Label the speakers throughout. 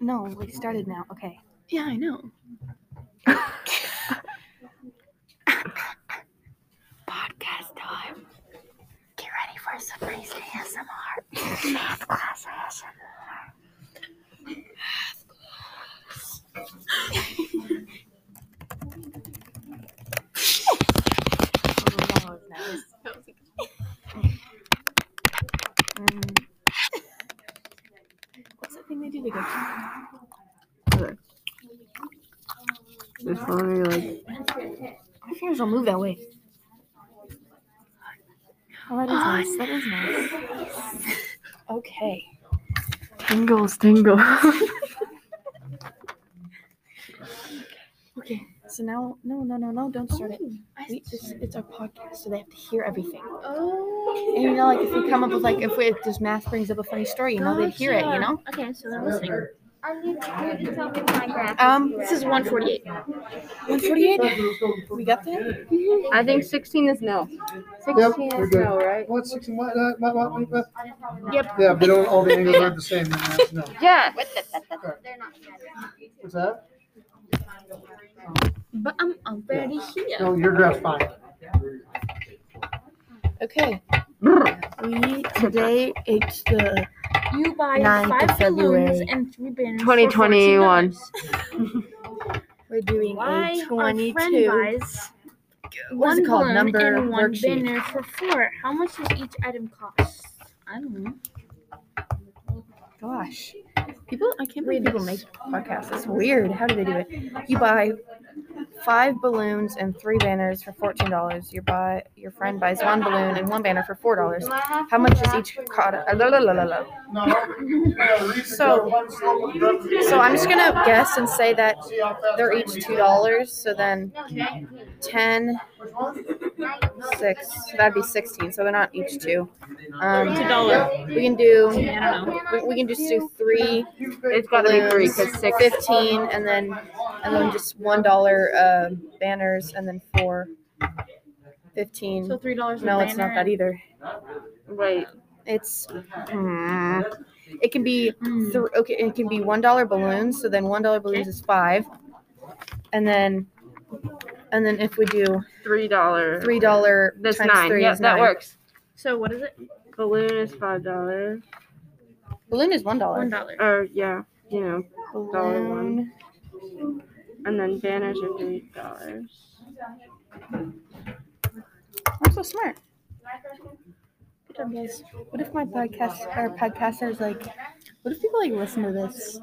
Speaker 1: No, we started now. Okay.
Speaker 2: Yeah, I know.
Speaker 1: Podcast time. Get ready for some crazy ASMR. Math class ASMR. Mm. What's that thing they do to get you?
Speaker 2: This one where like,
Speaker 1: My fingers don't move that way. Oh, that is nice. That is nice. Okay.
Speaker 2: tingles, tingle.
Speaker 1: Okay. So now, no, no, no, no, don't start it. We, it's, it's our podcast, so they have to hear everything.
Speaker 2: oh.
Speaker 1: And you know, like if we come up with like if we if this math brings up a funny story, you know, they'd hear it. You know.
Speaker 2: Okay, so they're listening.
Speaker 3: Are you going to tell me my graph?
Speaker 1: Um,
Speaker 2: This is 148.
Speaker 1: one forty-eight. We got that.
Speaker 2: I think 16 is no. 16
Speaker 4: Yep, we're
Speaker 2: is
Speaker 4: good.
Speaker 2: no, right?
Speaker 4: What's six and what? Uh, what, what, what, what?
Speaker 2: Yep.
Speaker 4: Yeah, but all, all the angles aren't the same. Then that's no.
Speaker 2: Yeah.
Speaker 3: They're not
Speaker 4: What's that?
Speaker 2: But I'm already here.
Speaker 4: No, your graph's fine.
Speaker 1: Okay. We today it's the
Speaker 2: You buy
Speaker 1: Ninth of
Speaker 2: five balloons
Speaker 1: February.
Speaker 2: and three banners. for
Speaker 5: 2021.
Speaker 2: $14.
Speaker 1: we're doing
Speaker 2: Why
Speaker 1: a
Speaker 2: our friend
Speaker 1: twenty-two.
Speaker 2: buys
Speaker 1: What is
Speaker 2: one
Speaker 1: it called?
Speaker 2: balloon
Speaker 1: Number
Speaker 2: and one
Speaker 1: worksheet.
Speaker 2: banner for four? How much does each item cost? I don't know.
Speaker 1: Gosh, people! I can't believe people make podcasts. It's weird. How do they do it? You buy five balloons and three banners for fourteen dollars. Your buy your friend buys one balloon and one banner for four dollars. How much is each caught? uh, la, la, la, la, la.
Speaker 4: No.
Speaker 1: So- So I'm just gonna guess and say that they're each two dollars. So then ten, six. So that'd be sixteen. So they're not each two. Um,
Speaker 3: Two dollar.
Speaker 1: We can do.
Speaker 2: I don't know.
Speaker 1: We, we can just do three.
Speaker 5: It's gotta be three, 'cause
Speaker 1: balloons,
Speaker 5: six-
Speaker 1: Fifteen, and then and then just one dollar uh, banners, and then four. Fifteen.
Speaker 2: So three dollars.
Speaker 1: No, it's not that either.
Speaker 5: Wait,
Speaker 1: It's hmm, it can be
Speaker 2: Mm.
Speaker 1: three. Okay, it can be one dollar balloons. So then one dollar balloons is five, and then and then if we do
Speaker 5: three dollar.
Speaker 1: three dollar
Speaker 5: That's
Speaker 1: times
Speaker 5: nine.
Speaker 1: three
Speaker 5: Yeah,
Speaker 1: is
Speaker 5: that
Speaker 1: nine.
Speaker 5: works.
Speaker 2: So what is it?
Speaker 5: Balloon is five dollars.
Speaker 1: Balloon is one dollar.
Speaker 2: One dollar.
Speaker 5: Or yeah, you know, dollar one.
Speaker 1: Balloon.
Speaker 5: and then banners are three dollars.
Speaker 1: I'm so smart. Good job, guys. What if my podcast or podcasters like? What if people like listen to this?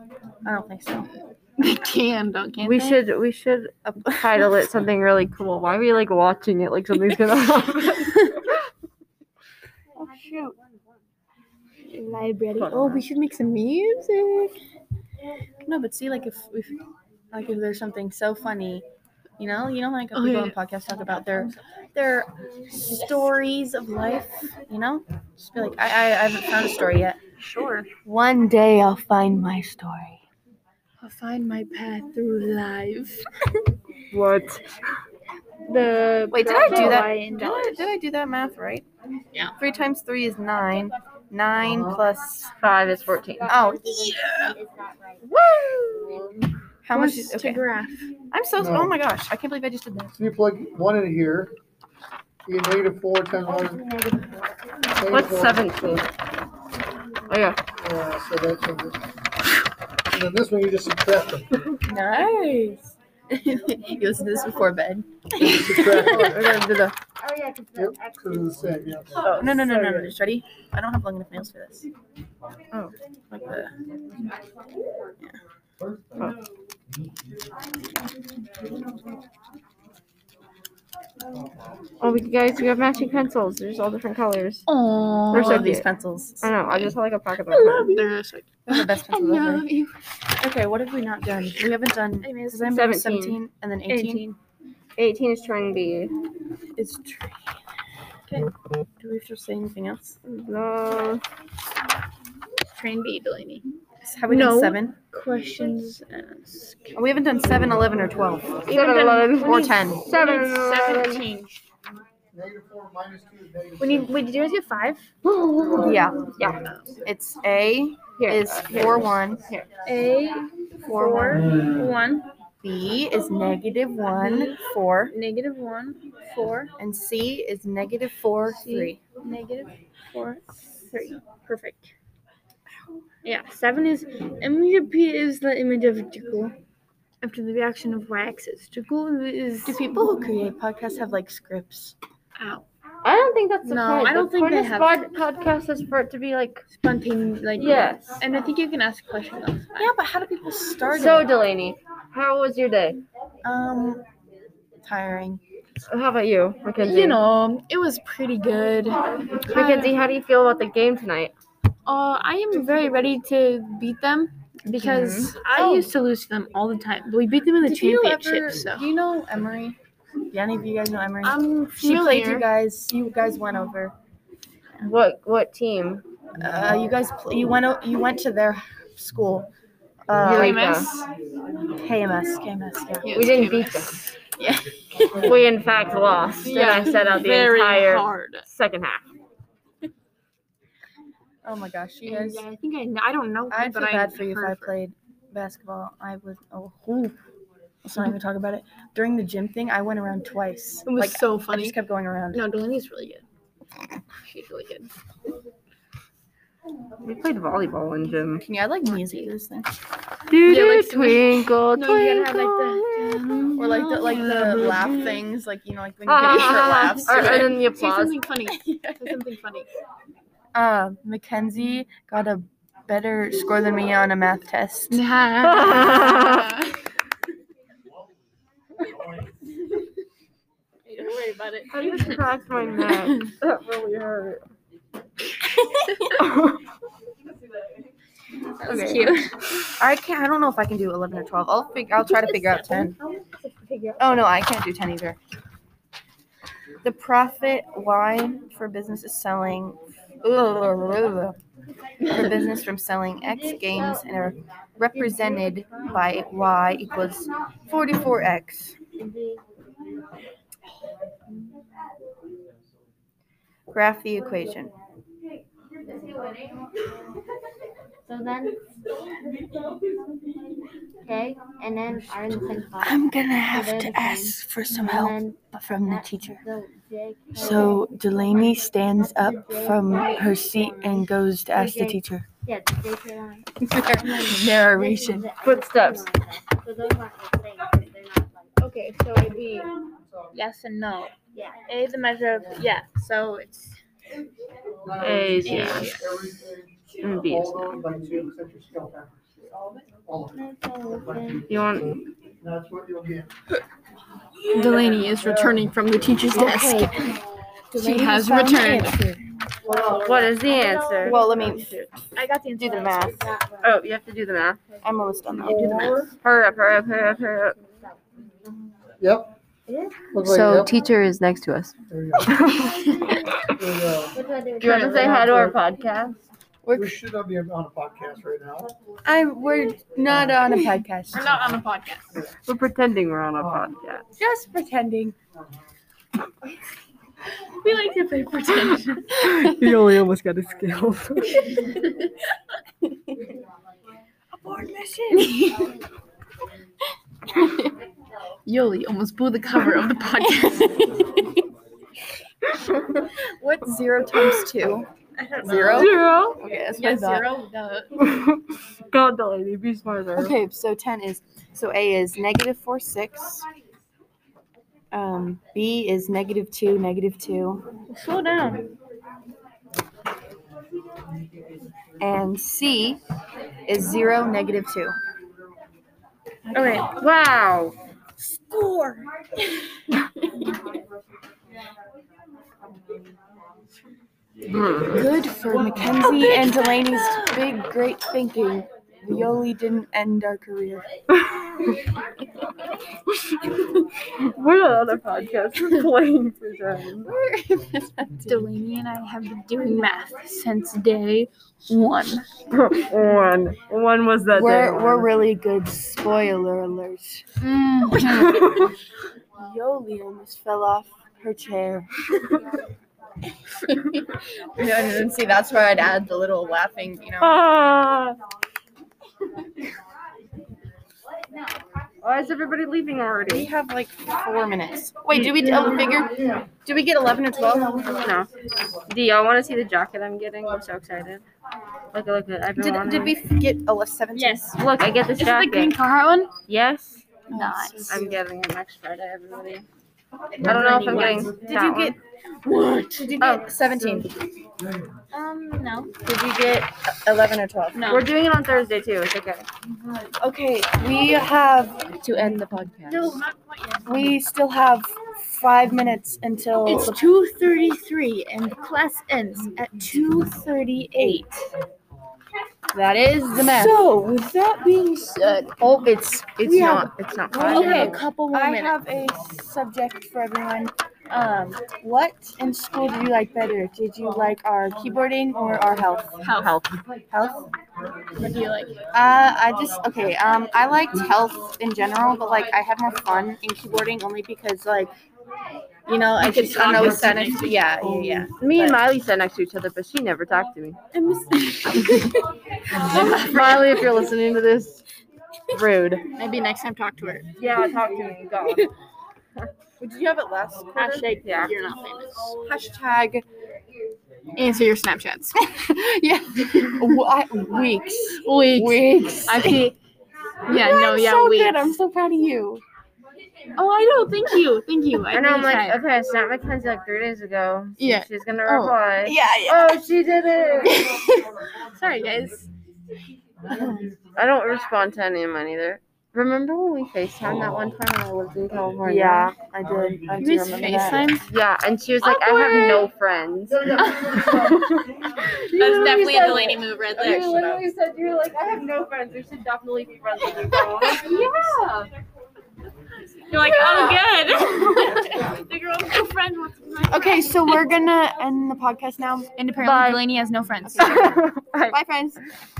Speaker 1: I don't think so. Um,
Speaker 2: They can, don't can.
Speaker 5: We should we should
Speaker 1: Up-
Speaker 5: title it something really cool. Why are we like watching it like something's gonna happen?
Speaker 1: Oh shoot. Library. Oh, we should make some music. No, but see, like if if like if there's something so funny, you know, you know, like
Speaker 2: Oh,
Speaker 1: people on podcasts talk about their their stories of life. You know, just be like, I I, I haven't found a story yet.
Speaker 2: Sure.
Speaker 1: One day I'll find my story.
Speaker 2: I'll find my path through life.
Speaker 5: what?
Speaker 2: The
Speaker 1: Wait, did I do that?
Speaker 2: Hawaiian
Speaker 1: Did I,
Speaker 2: dollars.
Speaker 1: did I do that math right?
Speaker 2: Yeah.
Speaker 1: Three times three is nine. Nine plus.
Speaker 5: Five is fourteen.
Speaker 1: Oh, How much
Speaker 2: Wants
Speaker 1: is.
Speaker 2: to
Speaker 1: Okay.
Speaker 2: graph?
Speaker 1: I'm so.
Speaker 4: No.
Speaker 1: Oh my gosh. I can't believe I just did that.
Speaker 4: So you plug one in here. You get negative four times one. negative
Speaker 5: What's
Speaker 4: four,
Speaker 5: seventeen? Oh yeah.
Speaker 4: Uh, so that's and then this one you just subtract them.
Speaker 1: Nice. you listen to this before bed.
Speaker 4: You subtract them.
Speaker 1: We're gonna do the.
Speaker 3: Oh, yeah, because
Speaker 4: Yep.
Speaker 3: the X
Speaker 4: So they're the same. Yeah.
Speaker 1: Oh, no, no, no, no, no. Just ready? I don't have long enough nails for this. Oh. Like the.
Speaker 5: Oh, we guys, we have matching pencils. There's all different colors.
Speaker 2: Oh,
Speaker 1: They're
Speaker 5: They're
Speaker 1: so
Speaker 5: so
Speaker 1: these
Speaker 5: cute.
Speaker 1: pencils.
Speaker 5: I know. I just had like a pocket.
Speaker 2: They're so
Speaker 1: They're the best pencils ever.
Speaker 2: you.
Speaker 1: Okay, what have we not done? We haven't done.
Speaker 2: I
Speaker 1: Because
Speaker 2: miss
Speaker 1: I'm 17.
Speaker 5: 17.
Speaker 1: and then 18.
Speaker 2: 18.
Speaker 5: 18 is trendy.
Speaker 1: It's tree. Okay. Do we have to say anything else?
Speaker 5: No.
Speaker 2: Train B, Delaney.
Speaker 1: Have we
Speaker 2: No.
Speaker 1: done seven?
Speaker 2: Questions asked.
Speaker 1: We haven't done seven, eleven, or twelve.
Speaker 5: Seven, eleven.
Speaker 1: Or ten.
Speaker 5: Seven,
Speaker 2: We need
Speaker 5: eleven.
Speaker 2: Seventeen.
Speaker 4: Negative four minus two is negative
Speaker 2: We need. Wait, did you guys get five?
Speaker 4: four.
Speaker 1: Yeah.
Speaker 2: Yeah.
Speaker 1: It's A,
Speaker 5: Here.
Speaker 1: is four one.
Speaker 5: Here.
Speaker 2: A
Speaker 1: Four one.
Speaker 2: one
Speaker 1: B is negative one four.
Speaker 2: negative one four
Speaker 1: And C is negative four
Speaker 2: C.
Speaker 1: three.
Speaker 2: negative four three. Perfect. Yeah, seven is MVP is the image of Jekyll after the reaction of Y axis. Jekyll is
Speaker 1: Do people who create podcasts have like scripts?
Speaker 2: out.
Speaker 5: I don't think that's the
Speaker 2: No,
Speaker 5: point.
Speaker 2: I don't
Speaker 5: the
Speaker 2: think
Speaker 5: point
Speaker 2: they
Speaker 5: of
Speaker 2: have-
Speaker 5: pod- podcast is for it to be like
Speaker 2: spontaneous like
Speaker 5: Yes.
Speaker 2: and i think you can ask questions on the spot.
Speaker 1: Yeah, but how do people start?
Speaker 5: So
Speaker 1: it?
Speaker 5: Delaney, how was your day?
Speaker 1: um, tiring.
Speaker 5: How about you, Mackenzie?
Speaker 6: You know, it was pretty good. Uh,
Speaker 5: Mackenzie, how do you feel about the game tonight?
Speaker 6: I am very ready to beat them because I used to lose to them all the time. We beat them in the
Speaker 1: Mm-hmm. Oh. Did you
Speaker 6: championship,
Speaker 1: ever-
Speaker 6: so
Speaker 1: Do you know Emery? Do any of you guys know Emery?
Speaker 6: I'm
Speaker 1: she played you
Speaker 6: familiar.
Speaker 1: guys. You guys went over.
Speaker 5: What what team?
Speaker 1: Uh, you guys. Pl- you went. o- You went to their school.
Speaker 5: Eureka.
Speaker 1: Uh,
Speaker 6: KMS?
Speaker 1: KMS. KMS. Yeah.
Speaker 6: Yeah,
Speaker 5: We
Speaker 6: it's
Speaker 5: didn't beat them.
Speaker 6: KMS.
Speaker 5: We in fact lost,
Speaker 6: Yeah,
Speaker 5: and I set out the
Speaker 6: very
Speaker 5: entire
Speaker 6: hard.
Speaker 5: second half.
Speaker 1: Oh my gosh, you
Speaker 6: And
Speaker 1: guys.
Speaker 6: yeah, I think I, kn- I don't know, her,
Speaker 1: I'd
Speaker 6: but
Speaker 1: feel
Speaker 6: I
Speaker 1: bad for you if
Speaker 6: heard
Speaker 1: I
Speaker 6: of her.
Speaker 1: played basketball. I was oh, whew. let's not even talk about it. During the gym thing, I went around twice.
Speaker 6: It was
Speaker 1: like
Speaker 6: so
Speaker 1: I
Speaker 6: funny.
Speaker 1: just kept going around.
Speaker 6: No, Delaney's really good. She's really good.
Speaker 5: We played volleyball in gym.
Speaker 1: Can you add like music to this thing?
Speaker 5: Do
Speaker 6: Yeah, like-
Speaker 5: twinkle
Speaker 2: No, you gotta have, like,
Speaker 5: twinkle.
Speaker 1: Or like the like the laugh things, like you know, like when you get extra
Speaker 5: Ah,
Speaker 1: laughs.
Speaker 5: or, and then the
Speaker 6: Say
Speaker 5: applause.
Speaker 6: something funny. Say something funny.
Speaker 1: Uh, Mackenzie got a better score than me on a math test.
Speaker 6: Hey, don't worry about it.
Speaker 5: I just cracked my neck. That really hurt.
Speaker 2: that was
Speaker 1: Okay.
Speaker 2: cute
Speaker 1: I can't. I don't know if I can do eleven or twelve. I'll figure. I'll try to figure out ten. Oh no, I can't do ten either. The profit line for business is selling for business from selling X games and are represented by Y equals forty-four X. Graph the equation.
Speaker 3: So then. Okay, and then are in the same class.
Speaker 1: I'm gonna
Speaker 3: have to ask
Speaker 1: for some
Speaker 3: And then
Speaker 1: from
Speaker 3: the teacher. the JK
Speaker 1: So Delaney stands up from her seat and goes to ask the teacher.
Speaker 3: Yeah, the JK line.
Speaker 1: Narration.
Speaker 5: Footsteps.
Speaker 3: So those aren't the same, 'cause they're not like.
Speaker 2: okay so it'd be yes and no
Speaker 3: Yeah.
Speaker 2: a the measure of yeah so it's
Speaker 5: A's, yes.
Speaker 4: Everything,
Speaker 5: And B's.
Speaker 4: all those, like, two, except your scale factors. All of them.
Speaker 5: You want?
Speaker 4: That's what you'll get.
Speaker 6: Delaney is returning from the teacher's desk. She has returned.
Speaker 5: What is the answer?
Speaker 1: Well, let me
Speaker 2: i got the
Speaker 1: do the
Speaker 2: answer.
Speaker 1: math.
Speaker 5: Oh, you have to do the math.
Speaker 1: I'm almost done. now.
Speaker 5: Hurry up! Hurry up! Hurry up! Hurry up!
Speaker 4: Yep.
Speaker 3: Yeah.
Speaker 4: Looks like yep.
Speaker 5: teacher is next to us.
Speaker 4: There you go. There you go.
Speaker 3: What do I do?
Speaker 5: Do you want to say hi to our podcast?
Speaker 4: We should not be on a podcast right now.
Speaker 1: I we're not on a podcast.
Speaker 6: We're not on a podcast.
Speaker 5: We're pretending we're on a podcast.
Speaker 1: Just pretending.
Speaker 2: we like to play pretend
Speaker 5: You only almost got a skill.
Speaker 6: Yoli almost blew the cover of the podcast.
Speaker 1: What's zero times two? Zero.
Speaker 5: Zero.
Speaker 1: Okay, that's what I
Speaker 6: yeah,
Speaker 1: thought.
Speaker 6: zero. Duh.
Speaker 5: God, Delaney, be smarter.
Speaker 1: Okay, so ten is so A is negative four six. Um, B is negative two, negative two,
Speaker 2: slow down
Speaker 1: and C is zero, negative two.
Speaker 2: okay
Speaker 5: Wow.
Speaker 2: score
Speaker 5: Hmm.
Speaker 1: Oh, Good for Mackenzie and Delaney's big, great thinking. We only didn't end our career.
Speaker 5: We're not on a podcast. We're playing pretend.
Speaker 2: delaney and i have been doing math since day one
Speaker 5: one. One was that day.
Speaker 1: We're
Speaker 5: one.
Speaker 1: we're really good. Spoiler alert.
Speaker 5: Mm.
Speaker 1: Yoli almost fell off her chair. No, no, no, see, that's where I'd add the little laughing, you know.
Speaker 5: Ah. Why is everybody leaving
Speaker 1: We
Speaker 5: already?
Speaker 1: have like four minutes. Wait, do we uh, figure? Do we get eleven or twelve?
Speaker 5: No. Do y'all want to see the jacket I'm getting? I'm so excited. Look, look, look. I've been
Speaker 1: Did,
Speaker 5: wanting
Speaker 1: did
Speaker 5: it.
Speaker 1: we get eleven seventeen?
Speaker 5: Yes. Look, I get this
Speaker 6: Is it the
Speaker 5: jacket.
Speaker 6: green Carhartt one?
Speaker 5: Yes.
Speaker 1: Oh,
Speaker 6: Nice.
Speaker 5: I'm getting it next Friday, everybody. I don't know if I'm getting.
Speaker 1: Did
Speaker 5: that
Speaker 1: you
Speaker 5: one. Oh.
Speaker 1: get? What? Did you get seventeen?
Speaker 3: Um, no.
Speaker 1: Did you get eleven or twelve?
Speaker 5: We're doing it on Thursday too. It's okay.
Speaker 1: Okay, we have to end the podcast. We still have five minutes until
Speaker 2: It's
Speaker 1: the
Speaker 2: two thirty-three, and the class ends at two thirty-eight.
Speaker 1: That is the math.
Speaker 2: So, with that being said,
Speaker 5: Oh, it's it's
Speaker 1: We have-
Speaker 5: not. It's not
Speaker 1: Okay.
Speaker 5: Friday.
Speaker 2: okay, a couple more
Speaker 1: I
Speaker 2: minutes.
Speaker 1: have a subject for everyone. Um, what in school did you like better? Did you like our keyboarding or our health?
Speaker 5: Health.
Speaker 1: Health?
Speaker 2: What do you like?
Speaker 1: Uh, I just okay. Um, I liked health in general, but like I had more fun in keyboarding only because like, you know, I could I was sat next to yeah, yeah, yeah.
Speaker 5: Me and Miley sat next to each other, but she never talked to me.
Speaker 2: I miss-
Speaker 5: Miley, if you're listening to this, rude.
Speaker 2: Maybe next time talk to her.
Speaker 5: Yeah, talk to me. God.
Speaker 1: Did you have it last?
Speaker 5: Hashtag yeah.
Speaker 2: You're not famous.
Speaker 1: Hashtag
Speaker 6: Answer your Snapchats.
Speaker 1: yeah. What weeks?
Speaker 6: Weeks.
Speaker 1: Weeks.
Speaker 6: I see. Yeah, no, yeah,
Speaker 1: so
Speaker 6: weeks.
Speaker 1: good. I'm so proud of you.
Speaker 6: Oh, I know. Thank you. Thank you.
Speaker 5: I know. I'm like,
Speaker 6: appreciate it.
Speaker 5: okay, I snapped my Kenzie like three days ago. so
Speaker 6: Yeah.
Speaker 5: She's gonna
Speaker 6: Oh.
Speaker 5: reply.
Speaker 1: Yeah,
Speaker 5: Oh, she did it.
Speaker 6: sorry, guys.
Speaker 5: I don't respond to any of mine either. Remember when we FaceTime that one time when I
Speaker 4: Oh.
Speaker 5: lived in California?
Speaker 1: Yeah, I
Speaker 5: Oh,
Speaker 1: did. I
Speaker 6: You
Speaker 1: do
Speaker 6: miss
Speaker 1: remember that.
Speaker 6: FaceTime?
Speaker 5: Yeah, and she was like, I have no friends.
Speaker 6: That's definitely a Delaney move right there.
Speaker 5: literally said you were like, I have no friends. We should definitely be friends with you. yeah.
Speaker 6: You're like, oh, good. the girl no friend wants my
Speaker 1: Okay, so we're gonna end the podcast now.
Speaker 6: And apparently
Speaker 5: Bye.
Speaker 6: Delaney has no friends.
Speaker 1: Bye, friends.